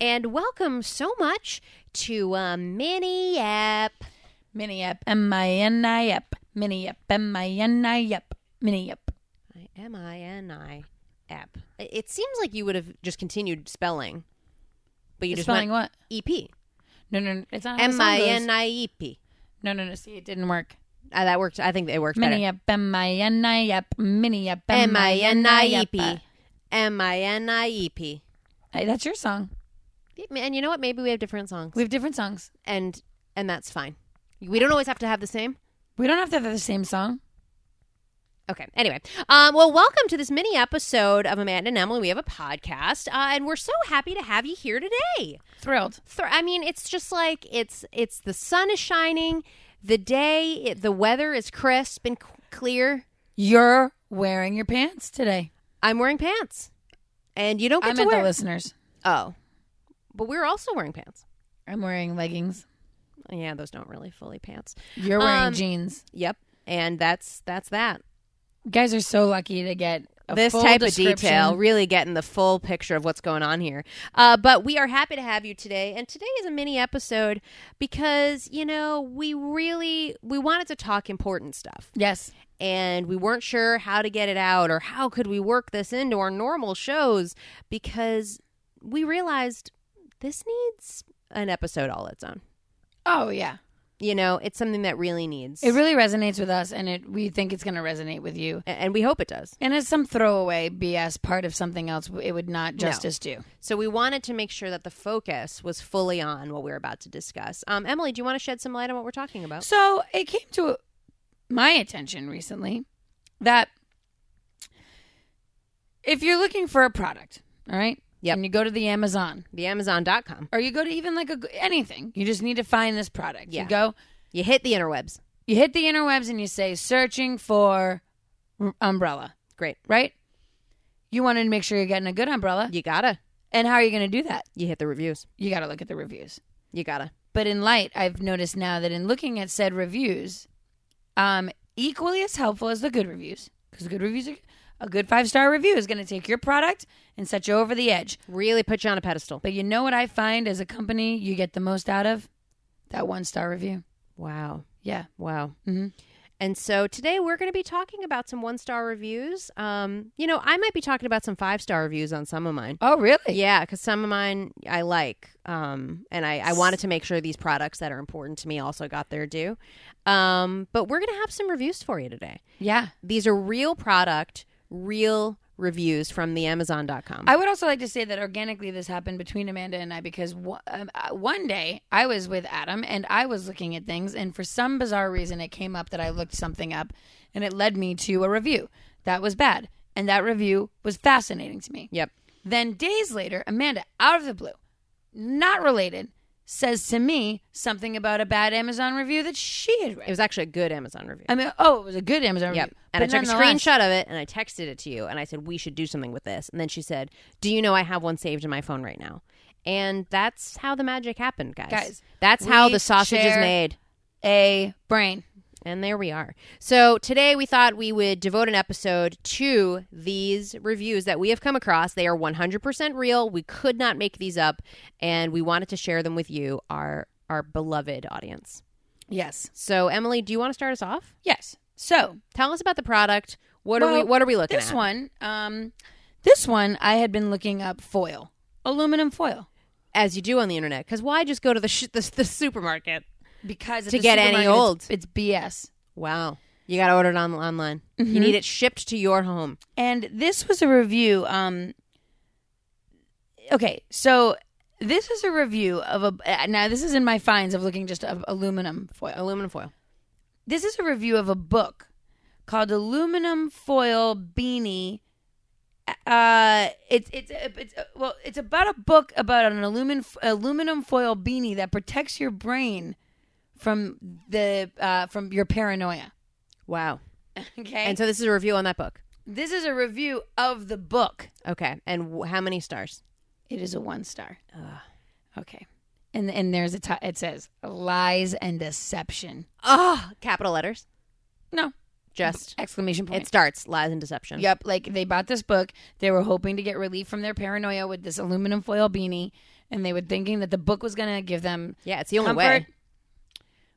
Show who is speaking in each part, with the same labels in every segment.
Speaker 1: And welcome so much to uh, Mini App.
Speaker 2: Mini yep, M I N I yep. Mini yep, M I N I yep. Mini yep.
Speaker 1: M I N I app. I- It seems like you would have just continued spelling, but you just
Speaker 2: Spelling
Speaker 1: went
Speaker 2: what?
Speaker 1: EP.
Speaker 2: No, no, no. It's not. how
Speaker 1: M
Speaker 2: the song
Speaker 1: I
Speaker 2: goes.
Speaker 1: N I E P.
Speaker 2: No, no, no. See, it didn't work.
Speaker 1: Uh, That worked. I think it works
Speaker 2: Mini
Speaker 1: better.
Speaker 2: yep, M I N I yep. Mini yep,
Speaker 1: M I N I E
Speaker 2: yep.
Speaker 1: P. M I N I E P.
Speaker 2: Hey, That's your song.
Speaker 1: And you know what? Maybe we have different songs,
Speaker 2: We have different songs.
Speaker 1: and and that's fine. We don't always have to have the same.
Speaker 2: We don't have to have the same song.
Speaker 1: Okay. Anyway, um, well, welcome to this mini episode of Amanda and Emily. We have a podcast, uh, and we're so happy to have you here today.
Speaker 2: Thrilled.
Speaker 1: Thr I mean, it's just like it's it's the sun is shining, the day, it, the weather is crisp and c- clear.
Speaker 2: You're wearing your pants today.
Speaker 1: I'm wearing pants, and you don't get
Speaker 2: I
Speaker 1: to
Speaker 2: meant
Speaker 1: wear.
Speaker 2: the listeners.
Speaker 1: oh, but we're also wearing pants.
Speaker 2: I'm wearing leggings.
Speaker 1: Yeah, those don't really fully pants.
Speaker 2: You're wearing
Speaker 1: Um,
Speaker 2: jeans.
Speaker 1: Yep, and that's that's that.
Speaker 2: You guys are so lucky to get a
Speaker 1: this
Speaker 2: full
Speaker 1: type of
Speaker 2: description.
Speaker 1: detail really getting the full picture of what's going on here uh, but we are happy to have you today and today is a mini episode because you know we really we wanted to talk important stuff
Speaker 2: Yes.
Speaker 1: and we weren't sure how to get it out or how could we work this into our normal shows because we realized this needs an episode all its own
Speaker 2: Oh yeah.
Speaker 1: you know it's something that really needs
Speaker 2: It really resonates with us, and it we think it's going to resonate with you.
Speaker 1: a- and we hope it does
Speaker 2: And as some throwaway BS part of something else, it would not justice do.
Speaker 1: So we wanted to make sure that the focus was fully on what we were about to discuss. Um, Emily, do you want to shed some light on what we're talking about?
Speaker 2: So it came to my attention recently that if you're looking for a product, all right,
Speaker 1: Yep.
Speaker 2: and you go to the Amazon
Speaker 1: The Amazon.com.
Speaker 2: or you go to even like a, anything, you just need to find this product.
Speaker 1: Yeah.
Speaker 2: You go,
Speaker 1: You hit the interwebs.
Speaker 2: you hit the interwebs, and you say searching for r- umbrella,
Speaker 1: Great.
Speaker 2: right? You want to make sure you're getting a good umbrella,
Speaker 1: You gotta.
Speaker 2: and how are you going to do that?
Speaker 1: You hit the reviews.
Speaker 2: you got to look at the reviews.
Speaker 1: You gotta.
Speaker 2: But in light, I've noticed now that in looking at said reviews, um, equally as helpful as the good reviews, because the good reviews are a good five star review is going to take your product and set you over the edge.
Speaker 1: Really put you on a pedestal.
Speaker 2: But you know what I find as a company, you get the most out of that one star review.
Speaker 1: Wow.
Speaker 2: Yeah,
Speaker 1: Wow.
Speaker 2: Mhm.
Speaker 1: And so today we're going to be talking about some one star reviews. Um, you know, I might be talking about some five star reviews on some of mine.
Speaker 2: Oh, really?
Speaker 1: Yeah, because some of mine I like, um, and I, I wanted to make sure these products that are important to me also got their due. Um, but we're gonna have some reviews for you today.
Speaker 2: Yeah.
Speaker 1: These are real product, real reviews from the Amazon.com.
Speaker 2: I would also like to say that organically this happened between Amanda and I because wo- um, uh, one day I was with Adam and I was looking at things, and for some bizarre reason, it came up that I looked something up and it led me to a review that was bad. And that review was fascinating to me.
Speaker 1: yep.
Speaker 2: Then days later, Amanda, out of the blue, not related, says to me something about a bad Amazon review that she had
Speaker 1: It
Speaker 2: read.
Speaker 1: was actually a good Amazon review.
Speaker 2: I mean, oh, it was a good Amazon
Speaker 1: Yep.
Speaker 2: review.
Speaker 1: And I
Speaker 2: but
Speaker 1: took a
Speaker 2: nonetheless-
Speaker 1: screenshot of it and I texted it to you and I said, we should do something with this. And then she said, do you know I have one saved in my phone right now? And that's how the magic happened, guys.
Speaker 2: Guys,
Speaker 1: that's how
Speaker 2: we
Speaker 1: the sausage is
Speaker 2: share-
Speaker 1: made.
Speaker 2: A brain.
Speaker 1: And there we are. So today we thought we would devote an episode to these reviews that we have come across. They are 100% real. We could not make these up, and we wanted to share them with you, our our beloved audience.
Speaker 2: Yes.
Speaker 1: So Emily, do you want to start us off?
Speaker 2: Yes. So
Speaker 1: Tell us about the product. What are
Speaker 2: Well,
Speaker 1: we What are we looking
Speaker 2: this
Speaker 1: at?
Speaker 2: one um this one i had been looking up foil aluminum foil
Speaker 1: As you do on the internet, because why just go to the sh- the, the supermarket?
Speaker 2: because at
Speaker 1: To
Speaker 2: the
Speaker 1: get any
Speaker 2: supermarket,
Speaker 1: old.
Speaker 2: it's, it's bs
Speaker 1: Wow, you got to order it on online. You need it shipped to your home.
Speaker 2: and this was a review um okay so this is a review of a uh, now this is in my finds of looking just of aluminum foil
Speaker 1: Aluminum foil.
Speaker 2: this is a review of a book called aluminum foil beanie uh, it's it's it's well, it's about a book about an aluminum aluminum foil beanie that protects your brain from the uh, from your paranoia.
Speaker 1: Wow.
Speaker 2: Okay,
Speaker 1: And so this is a review on that book.
Speaker 2: this is a review of the book.
Speaker 1: Okay. And w- how many stars?
Speaker 2: It is a one star. Okay, and and there's a t- it says lies and deception.
Speaker 1: Oh, capital letters.
Speaker 2: No
Speaker 1: Just
Speaker 2: exclamation point.
Speaker 1: it starts lies and deception.
Speaker 2: Yep, like they bought this book. They were hoping to get relief from their paranoia with this aluminum foil beanie, and they were thinking that the book was going to give them
Speaker 1: Yeah, it's the only
Speaker 2: comfort.
Speaker 1: way.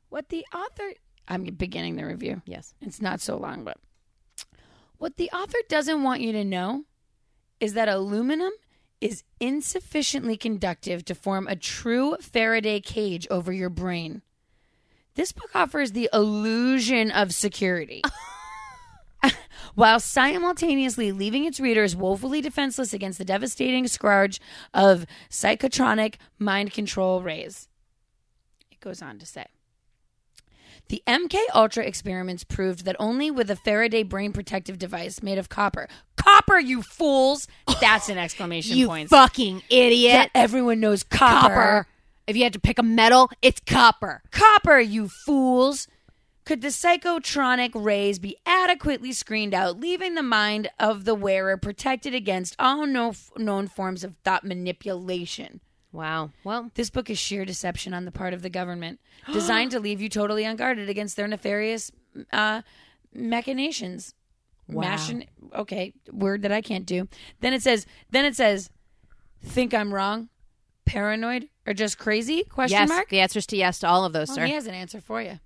Speaker 2: What the author. I'm beginning the review.
Speaker 1: Yes.
Speaker 2: It's not so long, but. What the author doesn't want you to know is that aluminum is insufficiently conductive to form a true Faraday cage over your brain. This book offers the illusion of security while simultaneously leaving its readers woefully defenseless against the devastating scourge of psychotronic mind control rays. It goes on to say. The MK Ultra experiments proved that only with a Faraday brain protective device made of copper. Copper, you fools! That's an exclamation point.
Speaker 1: fucking idiot.
Speaker 2: Yeah, everyone knows copper.
Speaker 1: If you had to pick a metal, it's copper.
Speaker 2: Copper, you fools! Could the psychotronic rays be adequately screened out, leaving the mind of the wearer protected against all no- known forms of thought manipulation?
Speaker 1: Wow. Well,
Speaker 2: This book is sheer deception on the part of the government, designed to leave you totally unguarded against their nefarious uh, machinations.
Speaker 1: Wow.
Speaker 2: Machin- okay, word that I can't do. Then it says. Then it says. Think I'm wrong? Paranoid or just crazy? Question
Speaker 1: yes.
Speaker 2: mark. Oh,
Speaker 1: The answer's to yes to all of those,
Speaker 2: Well,
Speaker 1: sir.
Speaker 2: he has an answer for you.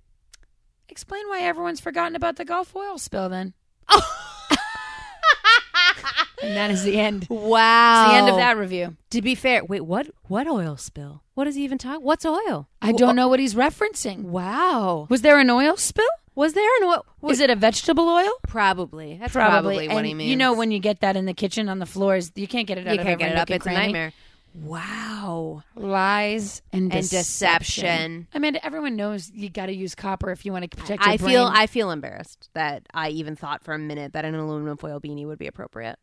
Speaker 2: Explain why everyone's forgotten about the Gulf oil spill. Then.
Speaker 1: Oh.
Speaker 2: and that is the end.
Speaker 1: Wow.
Speaker 2: It's the end of that review.
Speaker 1: To be fair, wait, what? What oil spill? What is he even talking? What's oil?
Speaker 2: I don't know what he's referencing.
Speaker 1: Wow.
Speaker 2: Was there an oil spill?
Speaker 1: Was there an oil?
Speaker 2: Was it a vegetable oil?
Speaker 1: Probably. That's probably, what
Speaker 2: and
Speaker 1: he means.
Speaker 2: You know, when you get that in the kitchen on the floors, you can't get it out
Speaker 1: you
Speaker 2: of
Speaker 1: can't
Speaker 2: every
Speaker 1: get it up,
Speaker 2: nook and
Speaker 1: it's a
Speaker 2: cranny.
Speaker 1: nightmare. Wow.
Speaker 2: Lies and,
Speaker 1: And
Speaker 2: deception.
Speaker 1: deception.
Speaker 2: I mean, everyone knows you got to use copper if you want to protect your
Speaker 1: I
Speaker 2: brain.
Speaker 1: feel I feel embarrassed that I even thought for a minute that an aluminum foil beanie would be appropriate,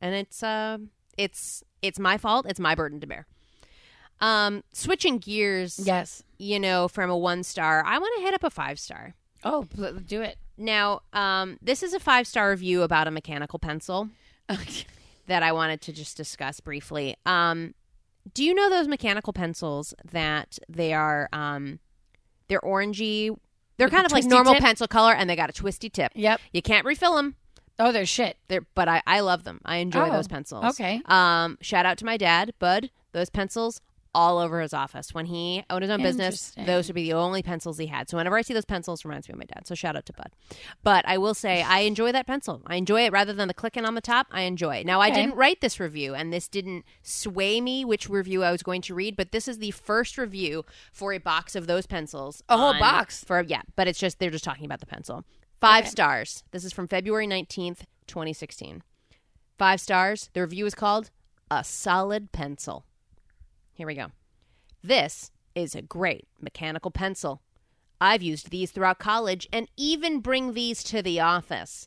Speaker 1: and it's um it's it's my fault. It's my burden to bear. Um, switching gears,
Speaker 2: yes.
Speaker 1: you know, from a one star, I want to hit up a five star.
Speaker 2: Oh, pl- do it.
Speaker 1: Now, um, this is a five star review about a mechanical pencil that I wanted to just discuss briefly. Um, do you know those mechanical pencils that they are um, they're orangey? They're
Speaker 2: With
Speaker 1: kind
Speaker 2: the
Speaker 1: of like
Speaker 2: twisty
Speaker 1: normal
Speaker 2: tip?
Speaker 1: pencil color, and they got a twisty tip.
Speaker 2: yep.
Speaker 1: You can't refill them.
Speaker 2: Oh, there's shit.
Speaker 1: They're, but I, I love them. I enjoy
Speaker 2: Oh,
Speaker 1: those pencils.
Speaker 2: okay.
Speaker 1: Um, shout out to my dad, Bud. Those pencils all over his office. When he owned his own business,
Speaker 2: Interesting.
Speaker 1: those would be the only pencils he had. So whenever I see those pencils, it reminds me of my dad. So shout out to Bud. But I will say I enjoy that pencil. I enjoy it rather than the clicking on the top. I enjoy it. Now I
Speaker 2: Okay.
Speaker 1: didn't write this review, and this didn't sway me which review I was going to read. But this is the first review for a box of those pencils.
Speaker 2: A whole
Speaker 1: on-
Speaker 2: box?
Speaker 1: for yeah. But it's just they're just talking about the pencil. Five stars. This is from February nineteenth, twenty sixteen. Five stars. The review is called A Solid Pencil. Here we go. This is a great mechanical pencil. I've used these throughout college and even bring these to the office.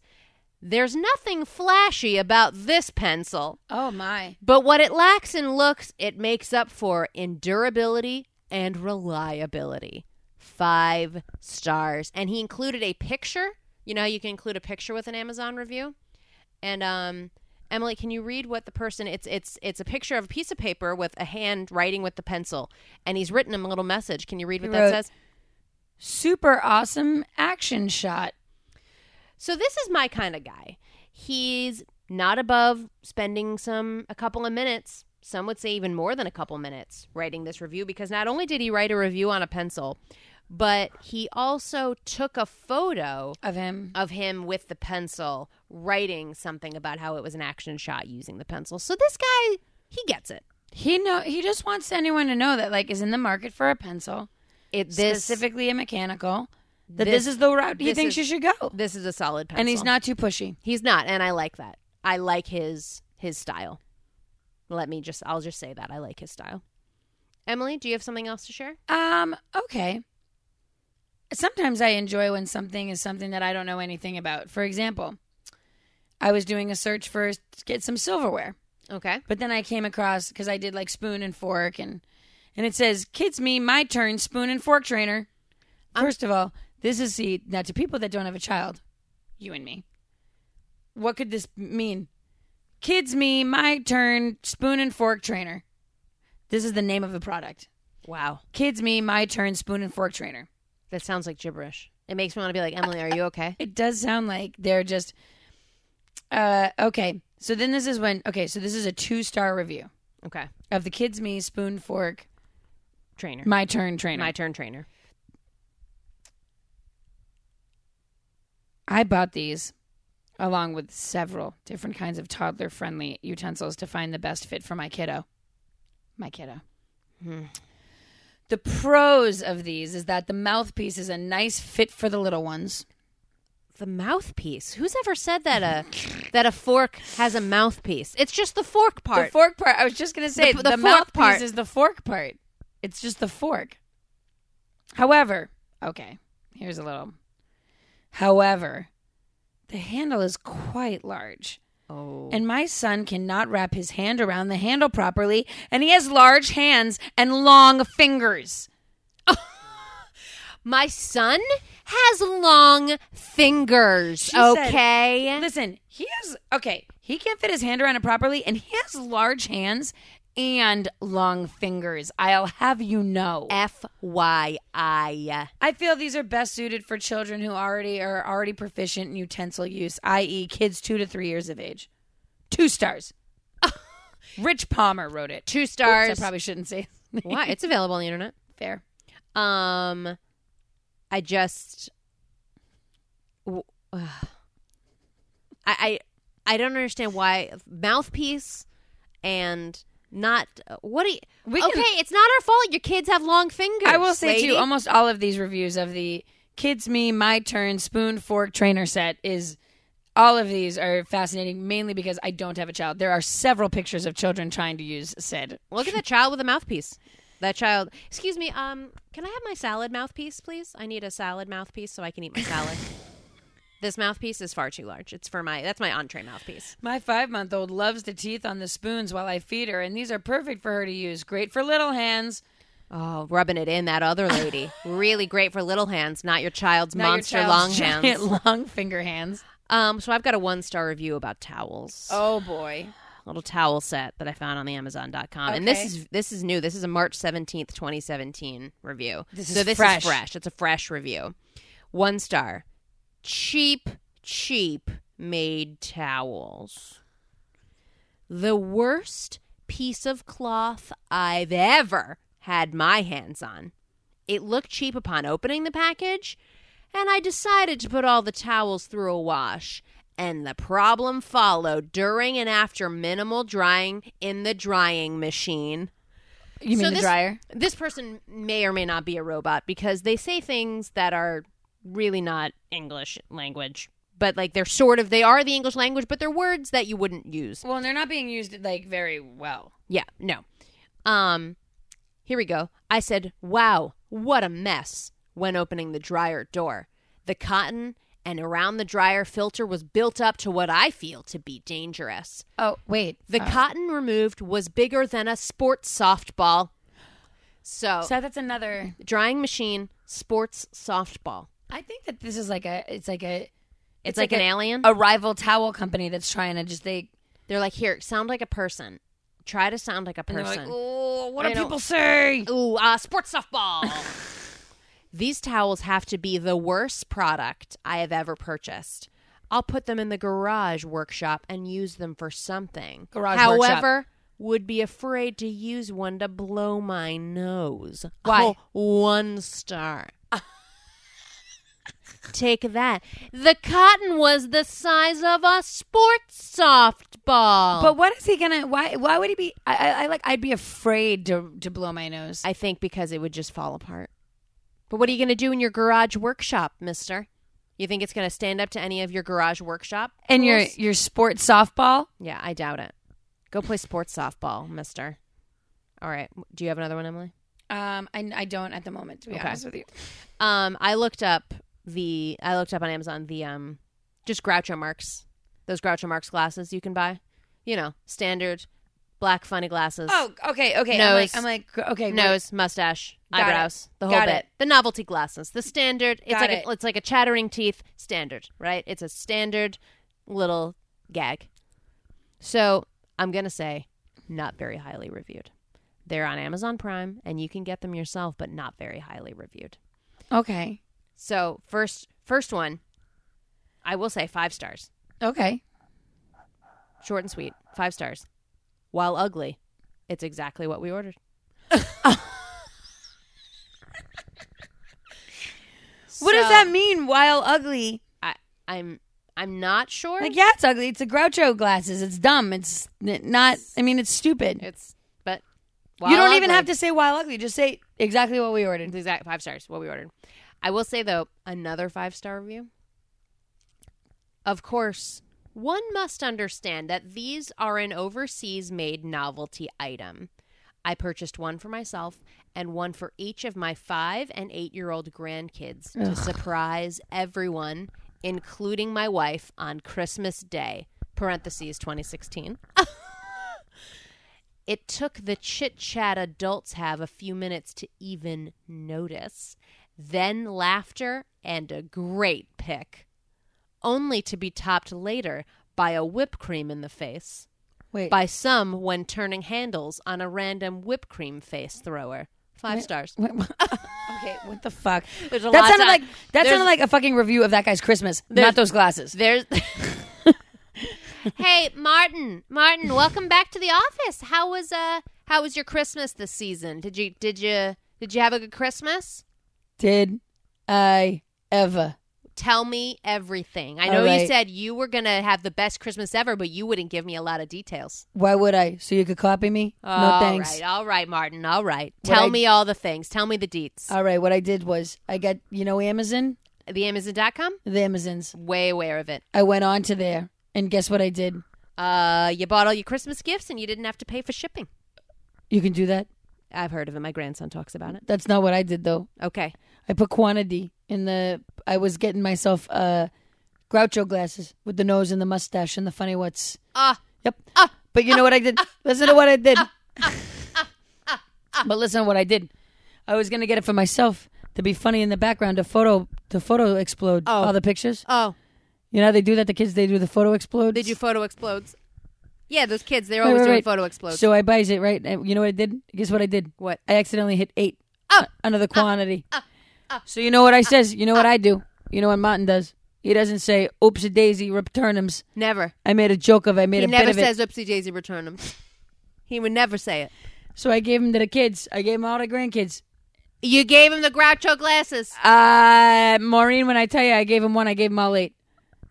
Speaker 1: There's nothing flashy about this pencil,
Speaker 2: Oh, my.
Speaker 1: but what it lacks in looks, it makes up for in durability and reliability. Five stars. And he included a picture. You know, how you can include a picture with an Amazon review. And um, Emily, can you read what the person? It's it's it's a picture of a piece of paper with a hand writing with the pencil, and he's written him a little message. Can you read what
Speaker 2: He
Speaker 1: that
Speaker 2: wrote-
Speaker 1: says?
Speaker 2: Super awesome action shot.
Speaker 1: So this is my kind of guy. He's not above spending some a couple of minutes, some would say even more than a couple minutes writing this review because not only did he write a review on a pencil, but he also took a photo
Speaker 2: Of him.
Speaker 1: of him with the pencil writing something about how it was an action shot using the pencil. So this guy, he gets it.
Speaker 2: He know he just wants anyone to know that like is in the market for a pencil,
Speaker 1: It this
Speaker 2: specifically a mechanical, that
Speaker 1: this-
Speaker 2: this, is the route he
Speaker 1: this
Speaker 2: thinks
Speaker 1: is-
Speaker 2: you should go.
Speaker 1: this is a solid pencil.
Speaker 2: And he's not too pushy.
Speaker 1: He's not, and I like that. I like his his style. Let me just I'll just say that I like his style. Emily, do you have something else to share?
Speaker 2: Um, okay. Sometimes I enjoy when something is something that I don't know anything about. For example, I was doing a search for s- to get some silverware.
Speaker 1: Okay.
Speaker 2: But then I came across because I did like spoon and fork and and it says kids me my turn spoon and fork trainer. 1st of all, this is see now to people that don't have a child, you and me. What could this mean? Kids me my turn spoon and fork trainer. This is the name of the product.
Speaker 1: Wow.
Speaker 2: Kids me my turn spoon and fork trainer.
Speaker 1: That sounds like gibberish. It makes me want to be like, Emily, are you okay?
Speaker 2: It does sound like they're just uh okay. So then this is when okay, so this is a 2-star review
Speaker 1: Okay.
Speaker 2: of the kids me spoon fork
Speaker 1: Trainer.
Speaker 2: my turn trainer.
Speaker 1: My turn trainer.
Speaker 2: I bought these along with several different kinds of toddler friendly utensils to find the best fit for my kiddo. My kiddo.
Speaker 1: Hmm.
Speaker 2: The pros of these is that the mouthpiece is a nice fit for the little ones.
Speaker 1: The mouthpiece. Who's ever said that a that a fork has a mouthpiece? It's just the fork part.
Speaker 2: The fork part. I was just going to say
Speaker 1: The-
Speaker 2: the,
Speaker 1: the fork
Speaker 2: mouthpiece
Speaker 1: part.
Speaker 2: is the fork part. It's just the fork. However, okay, here's a little. However, the handle is quite large.
Speaker 1: oh.
Speaker 2: And my son cannot wrap his hand around the handle properly, and he has large hands and long fingers.
Speaker 1: My son has long fingers.
Speaker 2: said-
Speaker 1: okay.
Speaker 2: Listen, he has okay, he can't fit his hand around it properly, and he has large hands and long fingers. I'll have you know.
Speaker 1: FYI.
Speaker 2: I feel these are best suited for children who already are already proficient in utensil use, i.e., kids two to three years of age. Two stars. Rich Palmer wrote it.
Speaker 1: Two
Speaker 2: Oops,
Speaker 1: stars.
Speaker 2: I probably shouldn't say
Speaker 1: Why? It's available on the internet.
Speaker 2: fair.
Speaker 1: Um, I just, w- uh, I, I, I don't understand why mouthpiece and not what do you,
Speaker 2: We
Speaker 1: okay?
Speaker 2: can-
Speaker 1: it's not our fault. Your kids have long fingers.
Speaker 2: I will say
Speaker 1: lady.
Speaker 2: too, almost all of these reviews of the Kids Me, My Turn, Spoon, Fork, Trainer set is all of these are fascinating, mainly because I don't have a child. There are several pictures of children trying to use said.
Speaker 1: Look at that child with a mouthpiece. That child. Excuse me. Um, can I have my salad mouthpiece, please? I need a salad mouthpiece so I can eat my salad. this mouthpiece is far too large. It's for my. That's my entree mouthpiece.
Speaker 2: My five month old loves the teeth on the spoons while I feed her, and these are perfect for her to use. Great for little hands.
Speaker 1: Oh, rubbing it in that other lady. really great for little hands, not your child's
Speaker 2: Not your
Speaker 1: monster
Speaker 2: child's
Speaker 1: long
Speaker 2: giant
Speaker 1: hands.
Speaker 2: long finger hands.
Speaker 1: Um, so I've got a one star review about towels.
Speaker 2: Oh boy.
Speaker 1: A little towel set that I found on the Amazon.com, and this
Speaker 2: Okay.
Speaker 1: is this is new. This is a March seventeenth, twenty seventeen review.
Speaker 2: This
Speaker 1: so
Speaker 2: is
Speaker 1: this
Speaker 2: fresh.
Speaker 1: is fresh. It's a fresh review. One star. Cheap, cheap made towels. The worst piece of cloth I've ever had my hands on. It looked cheap upon opening the package, and I decided to put all the towels through a wash. And the problem followed during and after minimal drying in the drying machine.
Speaker 2: You mean
Speaker 1: So
Speaker 2: the
Speaker 1: this-
Speaker 2: dryer?
Speaker 1: This person may or may not be a robot because they say things that are really not English language, but like they're sort of, they are the English language, but they're words that you wouldn't use.
Speaker 2: Well, and they're not being used like very well.
Speaker 1: Yeah, no. Um, here we go. I said, "Wow, what a mess!" when opening the dryer door. The cotton and around the dryer filter was built up to what I feel to be dangerous.
Speaker 2: Oh wait.
Speaker 1: The cotton removed was bigger than a sports softball. So,
Speaker 2: So that's another
Speaker 1: drying machine, sports softball.
Speaker 2: I think that this is like a it's like a
Speaker 1: It's, like, an alien.
Speaker 2: a rival towel company that's trying to just they
Speaker 1: They're like, "Here, sound like a person. Try to sound like a
Speaker 2: and they're
Speaker 1: person."
Speaker 2: like, oh, what
Speaker 1: I
Speaker 2: do
Speaker 1: know.
Speaker 2: people say?
Speaker 1: Ooh, uh, sports softball. These towels have to be the worst product I have ever purchased. I'll put them in the garage workshop and use them for something.
Speaker 2: Garage
Speaker 1: However, would be afraid to use one to blow my nose.
Speaker 2: Why?
Speaker 1: Oh, one star. Take that. The cotton was the size of a sports softball.
Speaker 2: But what is he gonna? Why? Why would he be? I, I, I like. I'd be afraid to to blow my nose.
Speaker 1: I think because it would just fall apart. But what are you going to do in your garage workshop, mister? You think it's going to stand up to any of your garage workshop?
Speaker 2: and your
Speaker 1: rules?
Speaker 2: your sports softball.
Speaker 1: Yeah, I doubt it. Go play sports softball, mister. All right. Do you have another one, Emily?
Speaker 2: Um, I, I don't at the moment. To be
Speaker 1: Okay.
Speaker 2: honest with you,
Speaker 1: Um, I looked up the I looked up on Amazon the um just Groucho Marx those Groucho Marx glasses you can buy. You know, standard black funny glasses.
Speaker 2: Oh, okay, okay.
Speaker 1: Nose.
Speaker 2: I'm like, I'm like, okay, what-
Speaker 1: nose, mustache,
Speaker 2: Got it.
Speaker 1: eyebrows, the whole
Speaker 2: Got
Speaker 1: bit.
Speaker 2: it.
Speaker 1: The novelty glasses, the standard. It's
Speaker 2: Got
Speaker 1: like
Speaker 2: it.
Speaker 1: A, it's like a chattering teeth standard, right? It's a standard little gag. So I'm gonna say, not very highly reviewed. They're on Amazon Prime, and you can get them yourself, but not very highly reviewed.
Speaker 2: Okay,
Speaker 1: So first, first one, I will say five stars,
Speaker 2: okay.
Speaker 1: short and sweet, five stars. While ugly, it's exactly what we ordered.
Speaker 2: What does
Speaker 1: So-
Speaker 2: that mean? While ugly,
Speaker 1: I, I'm I'm not sure.
Speaker 2: like yeah, it's ugly. It's a Groucho glasses. It's dumb. It's n- not. I mean, it's stupid.
Speaker 1: It's but
Speaker 2: you don't even have to say while ugly. Just say exactly what we ordered.
Speaker 1: exact five stars what we ordered. I will say though another five star review. Of course, one must understand that these are an overseas made novelty item. I purchased one for myself and one for each of my five and eight year old grandkids to surprise everyone, including my wife, on Christmas Day. Parentheses 2016. It took the chit chat adults have a few minutes to even notice, then laughter and a great pick, only to be topped later by a whipped cream in the face,
Speaker 2: Wait,
Speaker 1: by some when turning handles on a random whipped cream face thrower. Five stars.
Speaker 2: Wait, what- okay, what the fuck?
Speaker 1: There's a
Speaker 2: that
Speaker 1: lot of
Speaker 2: sounded
Speaker 1: time.
Speaker 2: like that
Speaker 1: There's-
Speaker 2: sounded like a fucking review of that guy's Christmas,
Speaker 1: There's-
Speaker 2: not those glasses.
Speaker 1: There's. hey, Martin, Martin, welcome back to the office. How was uh, how was your Christmas this season? Did you did you did you have a good Christmas?
Speaker 2: Did I ever?
Speaker 1: Tell me everything. I
Speaker 2: All
Speaker 1: know you
Speaker 2: right.
Speaker 1: said you were going to have the best Christmas ever, but you wouldn't give me a lot of details.
Speaker 2: Why would I? So you could copy me? no
Speaker 1: All
Speaker 2: thanks.
Speaker 1: right, all right, Martin. All right.
Speaker 2: What
Speaker 1: Tell
Speaker 2: I- Uh,
Speaker 1: me all the things. Tell me the deets.
Speaker 2: All right, what I did was I got you know Amazon,
Speaker 1: the Amazon.com?
Speaker 2: the Amazons.
Speaker 1: Way aware of it.
Speaker 2: I went on to there, and guess what I did?
Speaker 1: Uh, you bought all your Christmas gifts and you didn't have to pay for shipping.
Speaker 2: You can do that.
Speaker 1: I've heard of it. My grandson talks about it.
Speaker 2: That's not what I did though.
Speaker 1: Okay.
Speaker 2: I put quantity in the. I was getting myself uh, Groucho glasses with the nose and the mustache and the funny what's.
Speaker 1: Ah,
Speaker 2: Yep. but you know what I did? Listen to what I did.
Speaker 1: Ah.
Speaker 2: but listen to what I did. I was gonna get it for myself to be funny in the background to photo to photo explode all the pictures.
Speaker 1: oh.
Speaker 2: You know how they do that. The kids they do the photo explode.
Speaker 1: Did you photo explodes? Yeah, those kids, they're
Speaker 2: Right,
Speaker 1: always
Speaker 2: right,
Speaker 1: Oh, doing
Speaker 2: right.
Speaker 1: photo explodes.
Speaker 2: So I buys it right. And you know what I did? Guess what I did?
Speaker 1: What? Oh! Ah!
Speaker 2: I accidentally hit eight uh, under the quantity. so you know what I says? You know what I do? You know what Martin does? He doesn't say "Oops, a daisy, returnums."
Speaker 1: never.
Speaker 2: I made a joke of. it. I made
Speaker 1: He
Speaker 2: a
Speaker 1: never
Speaker 2: bit of it.
Speaker 1: says oopsie daisy return 'em. he would never say it.
Speaker 2: So I gave him to the kids. I gave him all the grandkids.
Speaker 1: You gave him the Groucho glasses.
Speaker 2: Uh, Maureen, when I tell you I gave him one, I gave him all eight.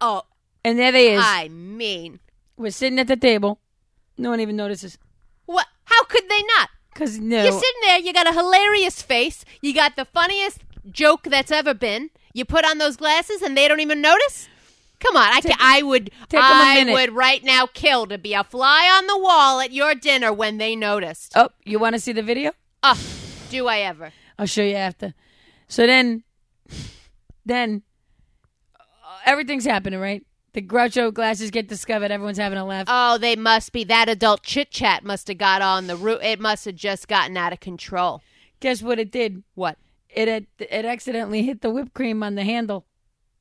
Speaker 1: Oh,
Speaker 2: And there they is.
Speaker 1: I mean,
Speaker 2: We're sitting at the table. No one even notices.
Speaker 1: what? How could they not?
Speaker 2: Cause no,
Speaker 1: You're sitting there. You got a hilarious face. You got the funniest joke that's ever been. You put on those glasses, and they don't even notice. Come on, I, ca- I would,
Speaker 2: take 'em a
Speaker 1: I
Speaker 2: minute.
Speaker 1: would right now kill to be a fly on the wall at your dinner when they noticed.
Speaker 2: oh, you want to see the video?
Speaker 1: Ah, do I ever?
Speaker 2: I'll show you after. So then, then uh, everything's happening, right? The Groucho glasses get discovered. Everyone's having a laugh.
Speaker 1: Oh, they must be that adult chit chat must have got on the root. It must have just gotten out of control.
Speaker 2: Guess what it did?
Speaker 1: What?
Speaker 2: It had, it accidentally hit the whipped cream on the handle,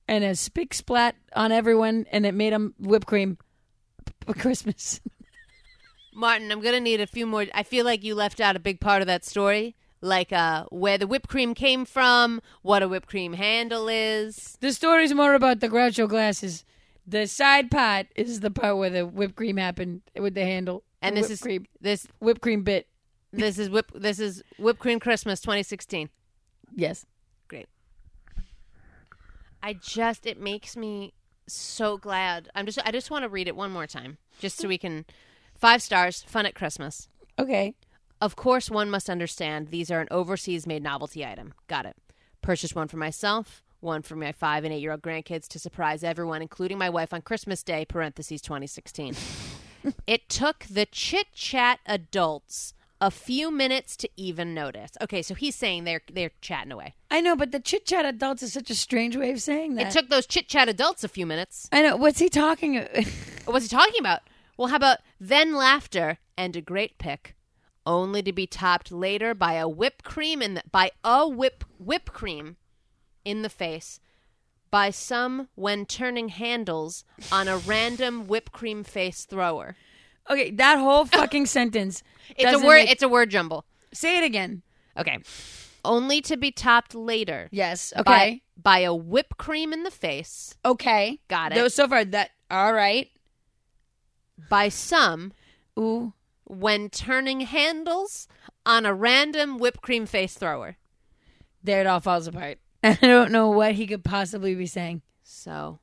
Speaker 2: and a big splat on everyone, and it made them whipped cream for Christmas.
Speaker 1: Martin, I'm gonna need a few more. I feel like you left out a big part of that story, like uh, where the whipped cream came from, what a whipped cream handle is.
Speaker 2: The story's more about the Groucho glasses. The side part is the part where the whipped cream happened with the handle.
Speaker 1: And
Speaker 2: The
Speaker 1: this
Speaker 2: whipped
Speaker 1: is
Speaker 2: cream,
Speaker 1: this
Speaker 2: whipped cream bit.
Speaker 1: this is whip this is whipped cream Christmas 2016.
Speaker 2: Yes.
Speaker 1: Great. I just it makes me so glad. I'm just I just want to read it one more time, just so we can. Five stars, fun at Christmas.
Speaker 2: Okay.
Speaker 1: Of course, one must understand these are an overseas made novelty item. Got it. Purchased one for myself, one for my five and eight year old grandkids to surprise everyone, including my wife, on Christmas Day, parentheses 2016. it took the chit chat adults a few minutes to even notice. Okay, so he's saying they're they're chatting away.
Speaker 2: I know, but the chit chat adults is such a strange way of saying that.
Speaker 1: It took those chit chat adults a few minutes.
Speaker 2: I know. What's he talking? a-
Speaker 1: What's he talking about? Well, how about then laughter and a great pick, only to be topped later by a whipped cream in the, by a whip whipped cream in the face by some when turning handles on a random whipped cream face thrower.
Speaker 2: okay, that whole fucking sentence.
Speaker 1: It's
Speaker 2: doesn't
Speaker 1: a word.
Speaker 2: make-
Speaker 1: it's a word jumble.
Speaker 2: say it again.
Speaker 1: Okay, only to be topped later.
Speaker 2: Yes.
Speaker 1: By,
Speaker 2: Okay.
Speaker 1: by a whipped cream in the face
Speaker 2: okay.
Speaker 1: Got it.
Speaker 2: Though so far that all right.
Speaker 1: by some
Speaker 2: Ooh.
Speaker 1: when turning handles on a random whipped cream face thrower.
Speaker 2: There it all falls apart. I don't know what he could possibly be saying.
Speaker 1: So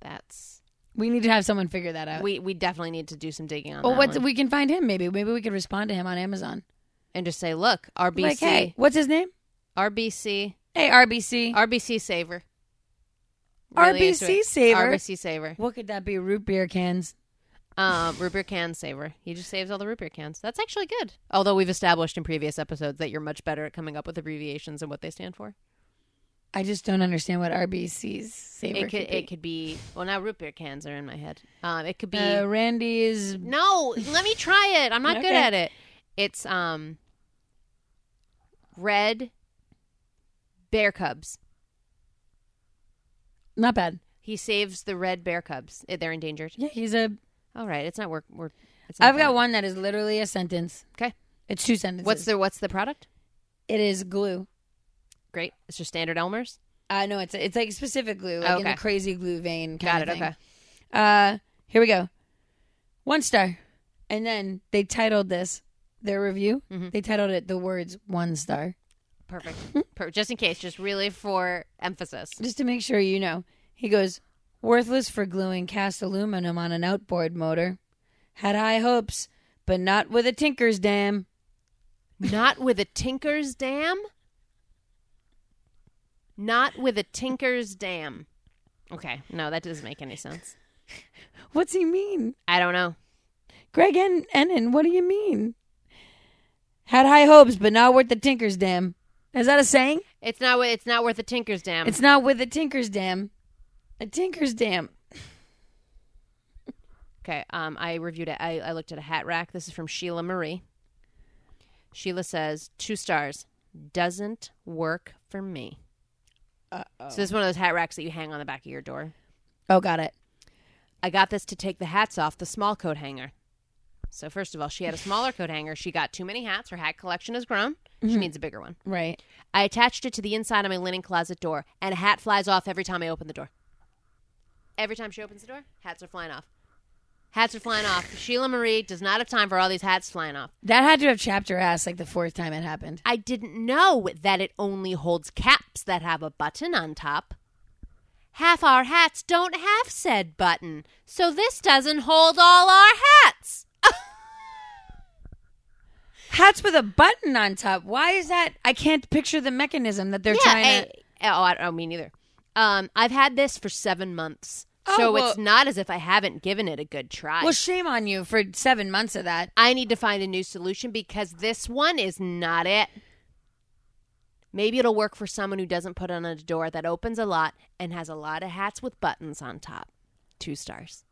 Speaker 1: that's
Speaker 2: We need to have someone figure that out.
Speaker 1: we we definitely need to do some digging on
Speaker 2: Uh, Well,
Speaker 1: that
Speaker 2: what
Speaker 1: one.
Speaker 2: we can find him maybe. Maybe we could respond to him on Amazon.
Speaker 1: and just say, look, RBC,
Speaker 2: Like, hey, what's his name?
Speaker 1: RBC,
Speaker 2: Hey, RBC.
Speaker 1: RBC saver,
Speaker 2: RBC
Speaker 1: into it.
Speaker 2: saver?
Speaker 1: RBC saver,
Speaker 2: what could that be? Root beer cans.
Speaker 1: um, root beer can saver. He just saves all the root beer cans. That's actually good. Although we've established in previous episodes that you're much better at coming up with abbreviations and what they stand for.
Speaker 2: I just don't understand what RBC's saver
Speaker 1: It could
Speaker 2: be.
Speaker 1: it could be well now root beer cans are in my head. Um, it could be
Speaker 2: Uh, Randy is
Speaker 1: No, let me try it. I'm not good
Speaker 2: Okay.
Speaker 1: at it. It's um red bear cubs.
Speaker 2: not bad.
Speaker 1: He saves the red bear cubs. Eh, They're endangered.
Speaker 2: Yeah, he's a.
Speaker 1: All right, it's not work. We're, it's not
Speaker 2: I've got
Speaker 1: bad.
Speaker 2: one that is literally a sentence.
Speaker 1: Okay.
Speaker 2: It's two sentences.
Speaker 1: What's the what's the product?
Speaker 2: It is glue.
Speaker 1: Great. It's just standard Elmer's.
Speaker 2: I know Uh, it's it's like specific glue, like in
Speaker 1: Okay.
Speaker 2: the crazy glue vein. Kind
Speaker 1: Got
Speaker 2: of
Speaker 1: it.
Speaker 2: thing.
Speaker 1: Okay.
Speaker 2: Uh, here we go. One star, and then they titled this their review. They titled it the words one star,
Speaker 1: Perfect. per- just in case, just really for emphasis.
Speaker 2: just to make sure you know. He goes worthless for gluing cast aluminum on an outboard motor. Had high hopes, but not with a tinker's dam.
Speaker 1: Not with a tinker's dam. Not with a tinker's dam. Okay. No, that doesn't make any sense.
Speaker 2: What's he mean?
Speaker 1: I don't know.
Speaker 2: Greg en- Ennen, what do you mean? Had high hopes, but not worth the Tinker's Dam. Is that a saying?
Speaker 1: It's not. wo- It's not worth a tinker's dam.
Speaker 2: It's not with a Tinker's Dam. A Tinker's Dam.
Speaker 1: okay. Um, I reviewed it. I, I looked at a hat rack. This is from Sheila Marie. Sheila says two stars. Doesn't work for me. Uh-oh. So this is one of those hat racks that you hang on the back of your door.
Speaker 2: Oh, got it.
Speaker 1: I got this to take the hats off the small coat hanger. So first of all, she had a smaller coat hanger. She got too many hats. Her hat collection has grown. She needs a bigger one.
Speaker 2: Right.
Speaker 1: I attached it to the inside of my linen closet door, and a hat flies off every time I open the door. Every time she opens the door, hats are flying off. Hats are flying off. Sheila Marie does not have time for all these hats flying off.
Speaker 2: That had to have chapped her ass like the fourth time it happened.
Speaker 1: I didn't know that it only holds caps that have a button on top. Half our hats don't have said button, so this doesn't hold all our hats.
Speaker 2: Hats with a button on top. Why is that? I can't picture the mechanism that they're trying to.
Speaker 1: I- oh, I, oh, me neither. Um, I've had this for seven months,
Speaker 2: Oh,
Speaker 1: so
Speaker 2: well-
Speaker 1: it's not as if I haven't given it a good try.
Speaker 2: Well, shame on you for seven months of that.
Speaker 1: I need to find a new solution because this one is not it. Maybe it'll work for someone who doesn't put on a door that opens a lot and has a lot of hats with buttons on top. Two stars.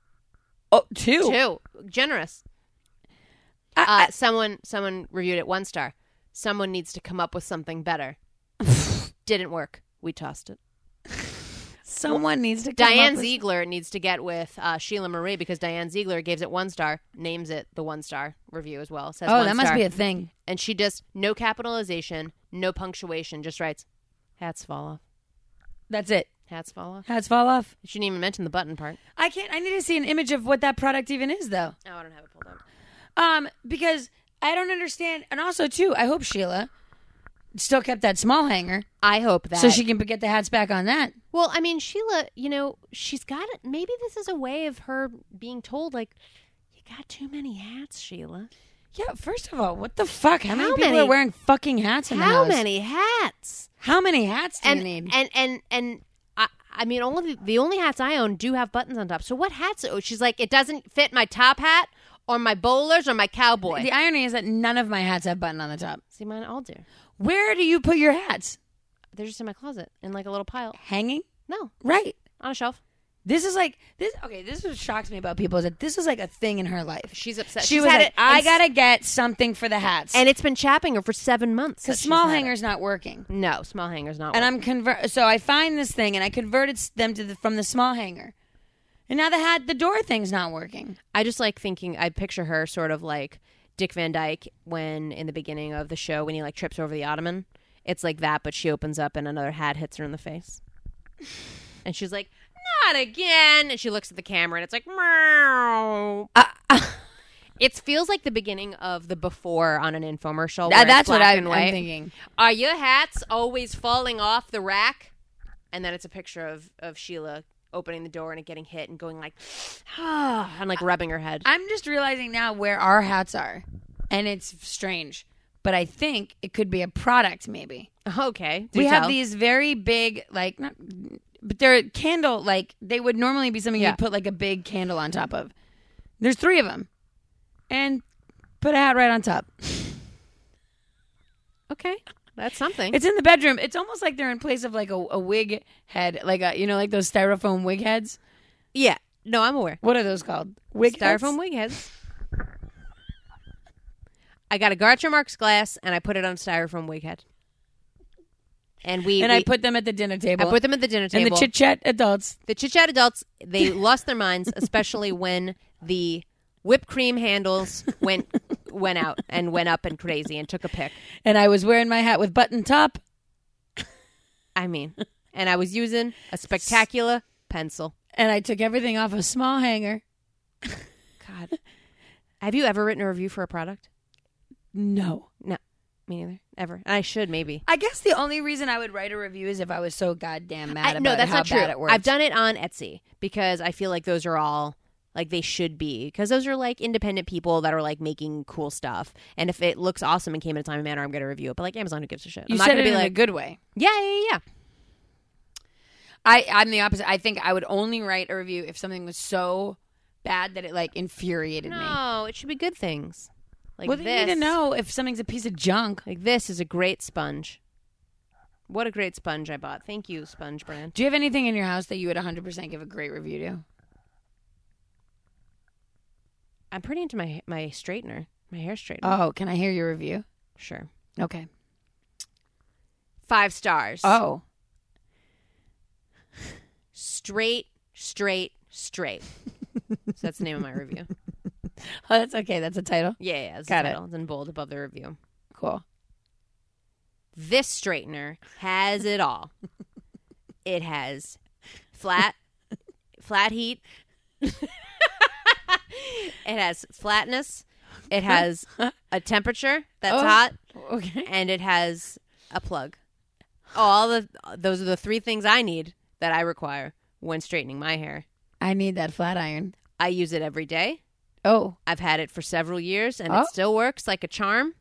Speaker 2: Oh, two.
Speaker 1: Two. Generous.
Speaker 2: I-
Speaker 1: Uh, someone someone reviewed it one star. Someone needs to come up with something better. Didn't work. We tossed it.
Speaker 2: someone needs to. Come
Speaker 1: Diane
Speaker 2: up with-
Speaker 1: Ziegler needs to get with uh, Sheila Marie because Diane Ziegler gives it one star, names it the one star review as well. Says
Speaker 2: Oh,
Speaker 1: one
Speaker 2: that must
Speaker 1: star.
Speaker 2: be a thing.
Speaker 1: and she just no capitalization, no punctuation, just writes hats fall off.
Speaker 2: That's it.
Speaker 1: Hats fall off.
Speaker 2: Hats fall off.
Speaker 1: She didn't even mention the button part.
Speaker 2: I can't. I need to see an image of what that product even is, though.
Speaker 1: Oh, I don't have it pulled up.
Speaker 2: Um, because I don't understand, and also too, I hope Sheila still kept that small hanger
Speaker 1: I hope that.
Speaker 2: so she can get the hats back on that.
Speaker 1: well, I mean, Sheila, you know, she's got it. Maybe this is a way of her being told, like, you got too many hats, Sheila.
Speaker 2: Yeah. First of all, what the fuck? How many
Speaker 1: How
Speaker 2: people
Speaker 1: many-
Speaker 2: are wearing fucking hats in the
Speaker 1: How
Speaker 2: house?
Speaker 1: many hats?
Speaker 2: How many hats do
Speaker 1: And
Speaker 2: you need?
Speaker 1: and and and. I, I mean, all of the, the only hats I own do have buttons on top. So what hats? Oh, she's like, it doesn't fit my top hat or my bowlers or my cowboy.
Speaker 2: The irony is that none of my hats have button on the top.
Speaker 1: See, mine all do.
Speaker 2: Where do you put your hats?
Speaker 1: They're just in my closet in like a little pile.
Speaker 2: Hanging?
Speaker 1: No,
Speaker 2: Right.
Speaker 1: on a shelf.
Speaker 2: This is like this. Okay, this is what shocks me about people is that this was like a thing in her life.
Speaker 1: She's upset.
Speaker 2: She
Speaker 1: She's
Speaker 2: was
Speaker 1: had
Speaker 2: like,
Speaker 1: it.
Speaker 2: I
Speaker 1: and-
Speaker 2: gotta get something for the hats,
Speaker 1: and it's been chapping her for seven months.
Speaker 2: the
Speaker 1: that she's
Speaker 2: small
Speaker 1: had it.
Speaker 2: hanger's not working.
Speaker 1: No, small hanger's not.
Speaker 2: And
Speaker 1: working.
Speaker 2: I'm convert. So I find this thing, and I converted s- them to the, from the small hanger, and now the hat, the door thing's not working.
Speaker 1: I just like thinking. I picture her sort of like Dick Van Dyke when in the beginning of the show when he like trips over the ottoman. It's like that, but she opens up and another hat hits her in the face, and she's like, "Not again!" And she looks at the camera and it's like, "Meow."
Speaker 2: Uh,
Speaker 1: it feels like the beginning of the before on an infomercial. where it's
Speaker 2: That- Uh, that's what
Speaker 1: black
Speaker 2: I,
Speaker 1: and
Speaker 2: I'm
Speaker 1: white.
Speaker 2: thinking.
Speaker 1: Are your hats always falling off the rack? And then it's a picture of, of Sheila opening the door and it getting hit and going like, and like rubbing her head.
Speaker 2: I'm just realizing now where our hats are, and it's strange. But I think it could be a product, maybe.
Speaker 1: Okay.
Speaker 2: we have these very big, like, not, but they're candle like they would normally be something
Speaker 1: Yeah.
Speaker 2: you'd put like a big candle on top of. There's three of them, and put a hat right on top.
Speaker 1: Okay. That's something.
Speaker 2: It's in the bedroom. It's almost like they're in place of like a, a wig head, like a you know, like those styrofoam wig heads.
Speaker 1: yeah. No, I'm aware.
Speaker 2: What are those called? Wig
Speaker 1: Styrofoam wig heads. I got a Groucho Marx glass and I put it on a styrofoam wig head. And we
Speaker 2: And
Speaker 1: we-
Speaker 2: I put them at the dinner
Speaker 1: I
Speaker 2: table.
Speaker 1: put them at the dinner table.
Speaker 2: and the chit chat adults.
Speaker 1: The chit chat adults, they lost their minds, especially when the whipped cream handles went went out and went up and crazy and took a pic.
Speaker 2: And I was wearing my hat with button top.
Speaker 1: I mean, and I was using a spectacular pencil.
Speaker 2: and I took everything off a small hanger.
Speaker 1: God, have you ever written a review for a product?
Speaker 2: No.
Speaker 1: No, me neither. Ever. I should maybe.
Speaker 2: I guess the only reason I would write a review is if I was so goddamn mad
Speaker 1: I,
Speaker 2: about
Speaker 1: no, that's
Speaker 2: how
Speaker 1: not true.
Speaker 2: bad it worked.
Speaker 1: I've done it on Etsy because I feel like those are all like they should be because those are like independent people that are like making cool stuff. And if it looks awesome and came in a timely manner, I'm gonna review it. But like Amazon, who gives a shit?
Speaker 2: You
Speaker 1: I'm not
Speaker 2: said
Speaker 1: gonna
Speaker 2: it
Speaker 1: be
Speaker 2: in
Speaker 1: like,
Speaker 2: a good way.
Speaker 1: yeah, yeah, yeah.
Speaker 2: I, I'm the opposite. I think I would only write a review if something was so bad that it like infuriated
Speaker 1: yeah.
Speaker 2: me.
Speaker 1: No, it should be good things. Like
Speaker 2: well,
Speaker 1: this,
Speaker 2: then you need to know if something's a piece of junk.
Speaker 1: like this is a great sponge. What a great sponge I bought. Thank you, sponge brand.
Speaker 2: Do you have anything in your house that you would 100% give a great review to?
Speaker 1: I'm pretty into my my straightener, my hair straightener.
Speaker 2: Oh, can I hear your review?
Speaker 1: sure,
Speaker 2: Okay.
Speaker 1: five stars.
Speaker 2: Oh.
Speaker 1: straight, straight, straight. so that's the name of my review.
Speaker 2: Oh, that's okay. That's a title.
Speaker 1: Yeah, yeah, it's
Speaker 2: Got
Speaker 1: the
Speaker 2: it.
Speaker 1: title. It's in bold above the review.
Speaker 2: Cool.
Speaker 1: This straightener has it all. it has flat, flat heat. it has flatness. It has a temperature that's
Speaker 2: Oh.
Speaker 1: hot,
Speaker 2: Okay.
Speaker 1: and it has a plug. All the those are the three things I need that I require when straightening my hair.
Speaker 2: I need that flat iron.
Speaker 1: I use it every day.
Speaker 2: Oh.
Speaker 1: I've had it for several years and
Speaker 2: Oh.
Speaker 1: it still works like a charm.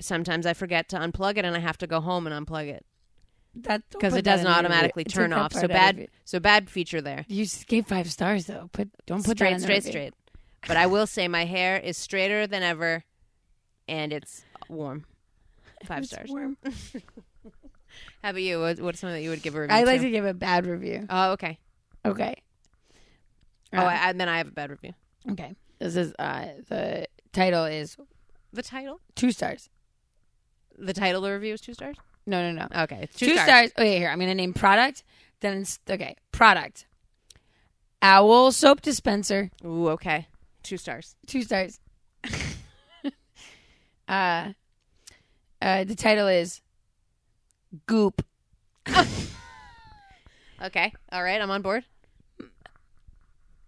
Speaker 1: Sometimes I forget to unplug it and I have to go home and unplug it
Speaker 2: That don't
Speaker 1: because
Speaker 2: put
Speaker 1: it
Speaker 2: that
Speaker 1: doesn't
Speaker 2: in the review.
Speaker 1: automatically
Speaker 2: Take
Speaker 1: turn
Speaker 2: that
Speaker 1: off. So
Speaker 2: part out of
Speaker 1: bad,
Speaker 2: it.
Speaker 1: so bad feature there.
Speaker 2: You just gave five stars though. Put don't put that
Speaker 1: straight,
Speaker 2: in the
Speaker 1: straight,
Speaker 2: review.
Speaker 1: straight. But I will say my hair is straighter than ever, and it's warm. Five
Speaker 2: It's
Speaker 1: stars.
Speaker 2: warm.
Speaker 1: How about you? What, what's something that you would give a review?
Speaker 2: I like
Speaker 1: to?
Speaker 2: to give a bad review.
Speaker 1: Oh, okay.
Speaker 2: Okay.
Speaker 1: oh,
Speaker 2: Uh,
Speaker 1: I, I, then I have a bad review.
Speaker 2: okay. This is uh, the title is
Speaker 1: The title?
Speaker 2: two stars.
Speaker 1: The title of the review is two stars.
Speaker 2: No, no, no.
Speaker 1: Okay, it's two,
Speaker 2: two
Speaker 1: stars.
Speaker 2: stars. Okay, here I'm gonna name product. Then it's, okay, product. Owl soap dispenser.
Speaker 1: Ooh, okay, two stars.
Speaker 2: Two stars. uh, uh, the title is Goop.
Speaker 1: Okay, all right, I'm on board.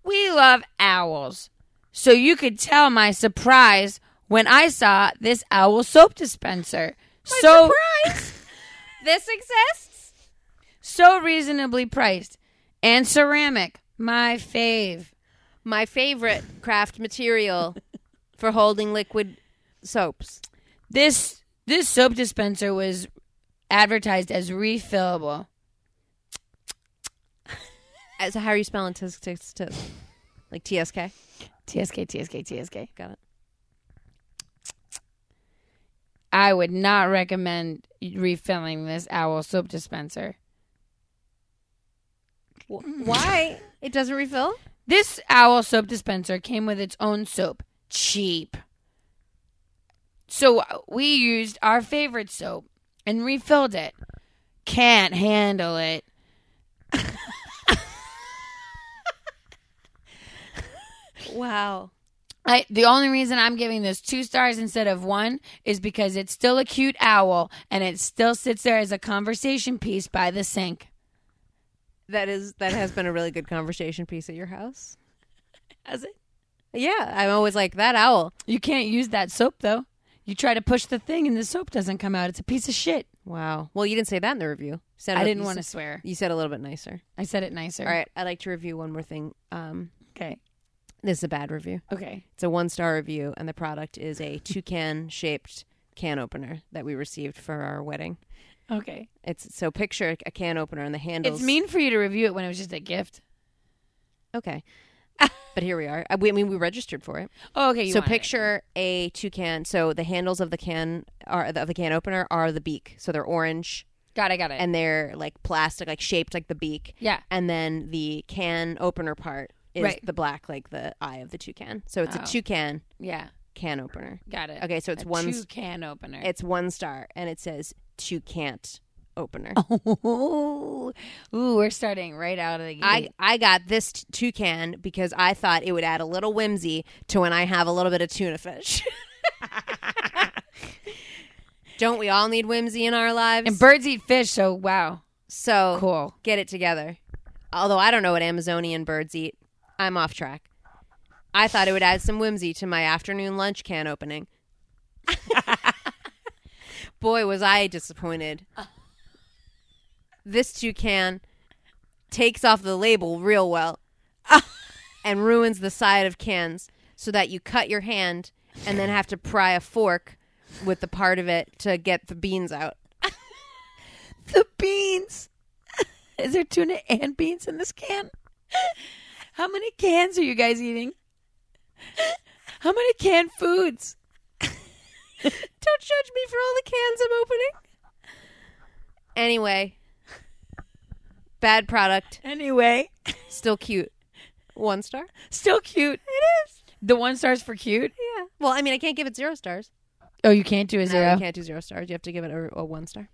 Speaker 2: We love owls. So you could tell my surprise when I saw this owl soap dispenser. so
Speaker 1: This exists.
Speaker 2: so reasonably priced and ceramic, my fave.
Speaker 1: my favorite craft material for holding liquid soaps.
Speaker 2: This this soap dispenser was advertised as refillable.
Speaker 1: As how are you spelling tisk tisk tisk? Like TSK?
Speaker 2: TSK, TSK, TSK.
Speaker 1: Got it.
Speaker 2: I would not recommend refilling this owl soap dispenser.
Speaker 1: Why? It doesn't refill?
Speaker 2: This owl soap dispenser came with its own soap. Cheap. So uh, we used our favorite soap and refilled it. Can't handle it.
Speaker 1: Wow.
Speaker 2: I, the only reason I'm giving this two stars instead of one is because it's still a cute owl and it still sits there as a conversation piece by the sink.
Speaker 1: That is that has been a really good conversation piece at your house.
Speaker 2: Has it?
Speaker 1: Yeah, I'm always like that owl.
Speaker 2: You can't use that soap though. You try to push the thing and the soap doesn't come out. It's a piece of shit.
Speaker 1: Wow. Well, you didn't say that in the review. You Said
Speaker 2: I
Speaker 1: it-
Speaker 2: didn't
Speaker 1: you
Speaker 2: want to
Speaker 1: said-
Speaker 2: swear.
Speaker 1: You said a little bit nicer.
Speaker 2: I said it nicer.
Speaker 1: All right, I'd like to review one more thing. Um,
Speaker 2: Okay.
Speaker 1: this is a bad review.
Speaker 2: Okay.
Speaker 1: It's a one star review, and the product is a toucan shaped can opener that we received for our wedding.
Speaker 2: Okay.
Speaker 1: It's so picture a can opener and the handles.
Speaker 2: It's mean for you to review it when it was just a gift.
Speaker 1: Okay, but here we are. Uh, we- I mean, we registered for it.
Speaker 2: Oh, okay. You
Speaker 1: so
Speaker 2: wanted it.
Speaker 1: picture a toucan. So the handles of the can are of the can opener are the beak. So they're orange
Speaker 2: Got it. Got it.
Speaker 1: and they're like plastic, like shaped like the beak.
Speaker 2: yeah.
Speaker 1: and then the can opener part is
Speaker 2: Right.
Speaker 1: the black, like the eye of the toucan. So it's
Speaker 2: Oh.
Speaker 1: a toucan
Speaker 2: Yeah.
Speaker 1: can opener.
Speaker 2: Got it.
Speaker 1: Okay, so it's
Speaker 2: A
Speaker 1: one
Speaker 2: two can opener.
Speaker 1: it's one star, and it says toucant opener.
Speaker 2: Oh, Ooh, we're starting right out of the gate.
Speaker 1: I I got this t- toucan because I thought it would add a little whimsy to when I have a little bit of tuna fish. Don't we all need whimsy in our lives?
Speaker 2: and birds eat fish, so wow,
Speaker 1: so
Speaker 2: cool.
Speaker 1: get it together. Although I don't know what Amazonian birds eat, I'm off track. I thought it would add some whimsy to my afternoon lunch can opening. Boy, was I disappointed. This toucan takes off the label real well and ruins the side of cans so that you cut your hand and then have to pry a fork with the part of it to get the beans out.
Speaker 2: The beans. Is there tuna and beans in this can? How many cans are you guys eating? How many canned foods?
Speaker 1: Don't judge me for all the cans I'm opening. Anyway, bad product,
Speaker 2: Anyway,
Speaker 1: still cute. One star?
Speaker 2: still cute. It is. The one star's for cute.
Speaker 1: Yeah. Well, I mean, I can't give it zero stars.
Speaker 2: Oh, you can't do a
Speaker 1: No,
Speaker 2: zero.
Speaker 1: you can't do zero stars. You have to give it a, a one star.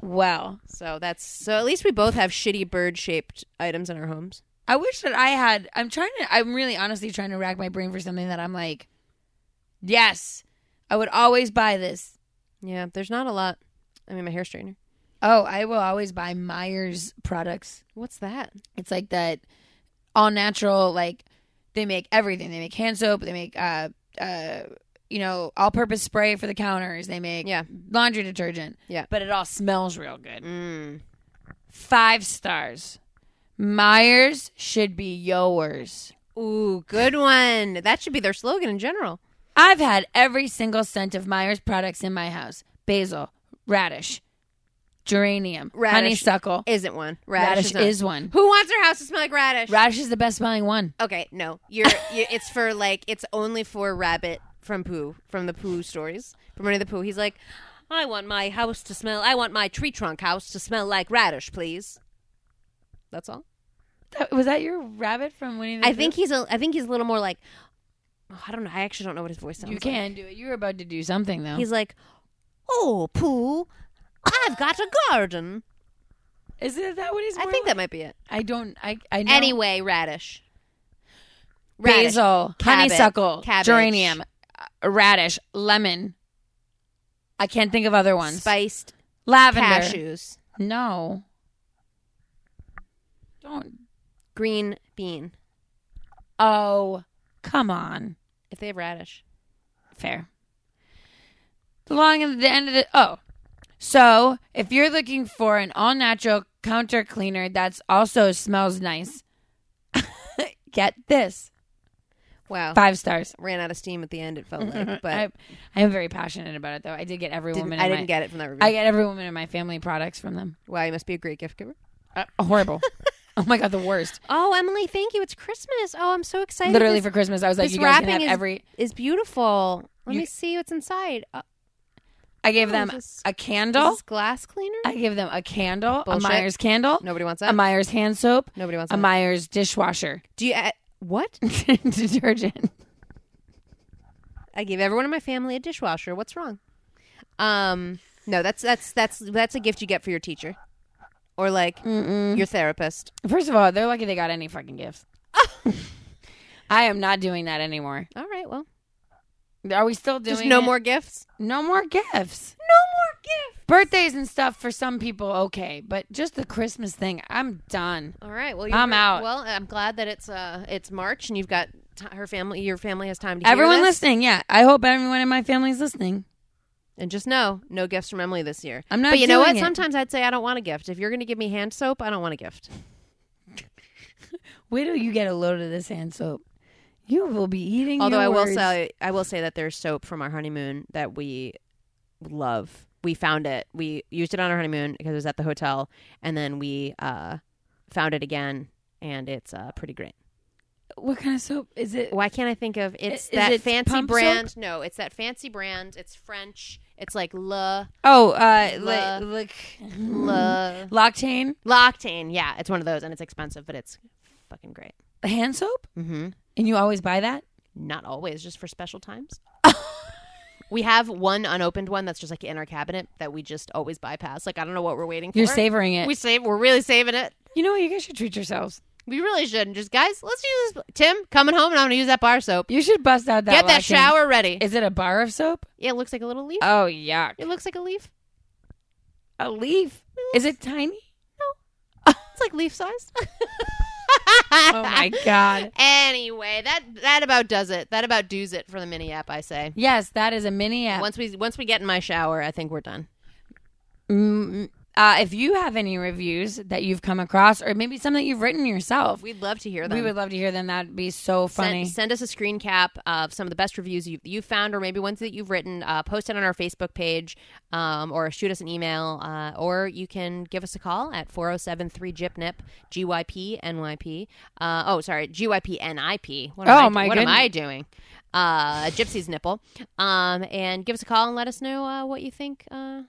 Speaker 2: wow.
Speaker 1: So that's so at least we both have shitty bird shaped items in our homes.
Speaker 2: I wish that I had. I'm trying to. I'm really honestly trying to rack my brain for something that I'm like, yes, I would always buy this.
Speaker 1: Yeah, there's not a lot. I mean, my hair straightener.
Speaker 2: Oh, I will always buy Myers products.
Speaker 1: What's that?
Speaker 2: It's like that all natural. Like they make everything. They make hand soap. They make uh uh you know all purpose spray for the counters. They make
Speaker 1: Yeah.
Speaker 2: laundry detergent.
Speaker 1: Yeah.
Speaker 2: but it all smells real good.
Speaker 1: Mm.
Speaker 2: Five stars. Myers should be yours.
Speaker 1: Ooh, good one. That should be their slogan in general.
Speaker 2: I've had every single scent of Myers products in my house basil, radish, geranium,
Speaker 1: Radish
Speaker 2: honeysuckle.
Speaker 1: Isn't one. Radish,
Speaker 2: Radish,
Speaker 1: not.
Speaker 2: is one.
Speaker 1: Who wants their house to smell like radish?
Speaker 2: Radish is the best smelling one.
Speaker 1: Okay, no, you're, you it's for like it's only for Rabbit from Pooh from the Pooh stories from Winnie the Pooh. He's like, I want my house to smell. I want my tree trunk house to smell like radish, please. That's all.
Speaker 2: That- was that your rabbit from Winnie the
Speaker 1: I
Speaker 2: Pooh?
Speaker 1: think he's a. I think he's a little more like. Oh, I don't know. I actually don't know what his voice sounds.
Speaker 2: you
Speaker 1: like.
Speaker 2: can do it. You were about to do something though.
Speaker 1: He's like, oh Pooh, I've got a garden.
Speaker 2: is it that what he's?
Speaker 1: I
Speaker 2: more
Speaker 1: think
Speaker 2: like?
Speaker 1: that might be it.
Speaker 2: I don't. I. I know.
Speaker 1: Anyway, radish. Radish.
Speaker 2: basil,
Speaker 1: cabbage,
Speaker 2: honeysuckle,
Speaker 1: cabbage.
Speaker 2: geranium, uh, radish, lemon. I can't think of other ones.
Speaker 1: Spiced
Speaker 2: Lavender.
Speaker 1: cashews.
Speaker 2: No. Don't
Speaker 1: Green bean.
Speaker 2: Oh, come on.
Speaker 1: If they have radish.
Speaker 2: Fair. The long and the end of the oh. So if you're looking for an all natural counter cleaner that's also smells nice, get this.
Speaker 1: Wow.
Speaker 2: Five stars.
Speaker 1: ran out of steam at the end. It felt like, Oh. but
Speaker 2: I, I am very passionate about it though. I did get every
Speaker 1: didn't,
Speaker 2: woman
Speaker 1: I
Speaker 2: in
Speaker 1: didn't
Speaker 2: my,
Speaker 1: get it from that review.
Speaker 2: I get every woman in my family products from them.
Speaker 1: wow, you must be a great gift giver.
Speaker 2: Uh, horrible. Oh my god, the worst.
Speaker 1: Oh, Emily, thank you. It's Christmas. Oh, I'm so excited.
Speaker 2: Literally
Speaker 1: this,
Speaker 2: for Christmas, I was like,
Speaker 1: this
Speaker 2: you guys can
Speaker 1: wrapping
Speaker 2: have
Speaker 1: is-
Speaker 2: every.
Speaker 1: is beautiful. Let
Speaker 2: You-
Speaker 1: me see what's inside. Uh,
Speaker 2: I gave them
Speaker 1: Oh, this-
Speaker 2: a
Speaker 1: is
Speaker 2: candle.
Speaker 1: this glass cleaner?
Speaker 2: I gave them a candle,
Speaker 1: Bullshit.
Speaker 2: a Myers candle,
Speaker 1: Nobody wants
Speaker 2: a
Speaker 1: that.
Speaker 2: Myers hand soap,
Speaker 1: Nobody wants
Speaker 2: a
Speaker 1: that.
Speaker 2: Myers dishwasher
Speaker 1: Do you? Uh, what?
Speaker 2: detergent.
Speaker 1: I gave everyone in my family a dishwasher. What's wrong? Um, no, that's that's that's that's a gift you get for your teacher, or like your therapist.
Speaker 2: First of all, they're lucky they got any fucking gifts. I am not doing that anymore.
Speaker 1: All right, well,
Speaker 2: Are we still doing
Speaker 1: just no
Speaker 2: it?
Speaker 1: more gifts.
Speaker 2: no more gifts.
Speaker 1: No more gifts.
Speaker 2: Birthdays and stuff for some people okay, but just the Christmas thing, I'm done.
Speaker 1: All right, well,
Speaker 2: I'm
Speaker 1: you're-
Speaker 2: out.
Speaker 1: Well, I'm glad that it's uh it's March and you've got t- her family. Your family has time to hear
Speaker 2: Everyone
Speaker 1: this.
Speaker 2: listening, yeah. I hope everyone in my family's listening.
Speaker 1: And just know, no gifts from Emily this year.
Speaker 2: I'm not
Speaker 1: But you know what?
Speaker 2: doing it.
Speaker 1: Sometimes I'd say I don't want a gift. If you're going to give me hand soap, I don't want a gift.
Speaker 2: Wait till you get a load of this hand soap. You will be eating.
Speaker 1: Although
Speaker 2: your
Speaker 1: I will
Speaker 2: words.
Speaker 1: say, I will say that there's soap from our honeymoon that we love. We found it. We used it on our honeymoon because it was at the hotel, and then we uh, found it again, and it's uh, pretty great.
Speaker 2: what kind of soap is it?
Speaker 1: Why can't I think of it's
Speaker 2: is
Speaker 1: that
Speaker 2: it
Speaker 1: fancy
Speaker 2: pump
Speaker 1: brand? No, it's that fancy brand. It's French. It's like La
Speaker 2: Oh, uh,
Speaker 1: La-
Speaker 2: like
Speaker 1: La
Speaker 2: Loctane
Speaker 1: Loctane. Yeah, it's one of those, and it's expensive, but it's fucking great.
Speaker 2: hand soap,
Speaker 1: Mm-hmm.
Speaker 2: and you always buy that.
Speaker 1: Not always, just for special times. we have one unopened one that's just like in our cabinet that we just always bypass. Like I don't know what we're waiting for.
Speaker 2: You're savoring it.
Speaker 1: We save. We're really saving it.
Speaker 2: you know what? You guys should treat yourselves.
Speaker 1: We really shouldn't. Just guys, let's use this. Tim coming home, and I'm gonna use that bar soap.
Speaker 2: You should bust out that.
Speaker 1: Get that
Speaker 2: Loctane.
Speaker 1: shower ready.
Speaker 2: Is it a bar of soap?
Speaker 1: Yeah, it looks like a little leaf.
Speaker 2: Oh yuck!
Speaker 1: it looks like a leaf.
Speaker 2: A leaf. Is it tiny?
Speaker 1: It's like leaf sized.
Speaker 2: Oh my god!
Speaker 1: Anyway, that that about does it. That about does it for the mini app. I say.
Speaker 2: Yes, that is a mini app.
Speaker 1: Once we once we get in my shower, I think we're done.
Speaker 2: Mm, uh, if you have any reviews that you've come across, or maybe some that you've written yourself,
Speaker 1: We'd love to hear them.
Speaker 2: we would love to hear them. That'd be so funny.
Speaker 1: Send, send us a screen cap of some of the best reviews you, you found, or maybe ones that you've written. Uh, post it on our Facebook page um, or shoot us an email. Uh, or you can give us a call at 407 3 GYPNIP, GYP NYP. Uh, oh, sorry, GYP NIP. What am
Speaker 2: Oh,
Speaker 1: I,
Speaker 2: my
Speaker 1: What am
Speaker 2: goodness.
Speaker 1: I doing? Uh, Gypsy's nipple. Um, and give us a call and let us know uh, what you think. Uh,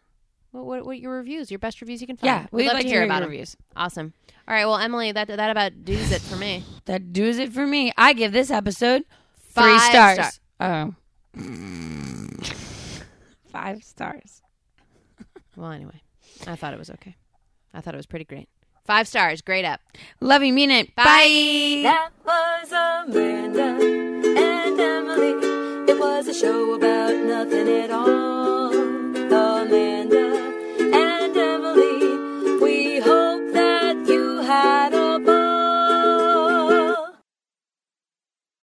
Speaker 1: what, what, what your reviews, your best reviews you can find.
Speaker 2: yeah, we'd,
Speaker 1: love
Speaker 2: like
Speaker 1: to hear about
Speaker 2: your
Speaker 1: 'em.
Speaker 2: reviews.
Speaker 1: Awesome. All right. Well, Emily, that that about does it for me.
Speaker 2: That does it for me. I give this episode three
Speaker 1: Five
Speaker 2: stars.
Speaker 1: star-
Speaker 2: Oh. Five stars.
Speaker 1: Well, anyway, I thought it was okay. I thought it was pretty great. Five stars, great up.
Speaker 2: Love you, mean it. Bye.
Speaker 3: That was Amanda and Emily. It was a show about nothing at all.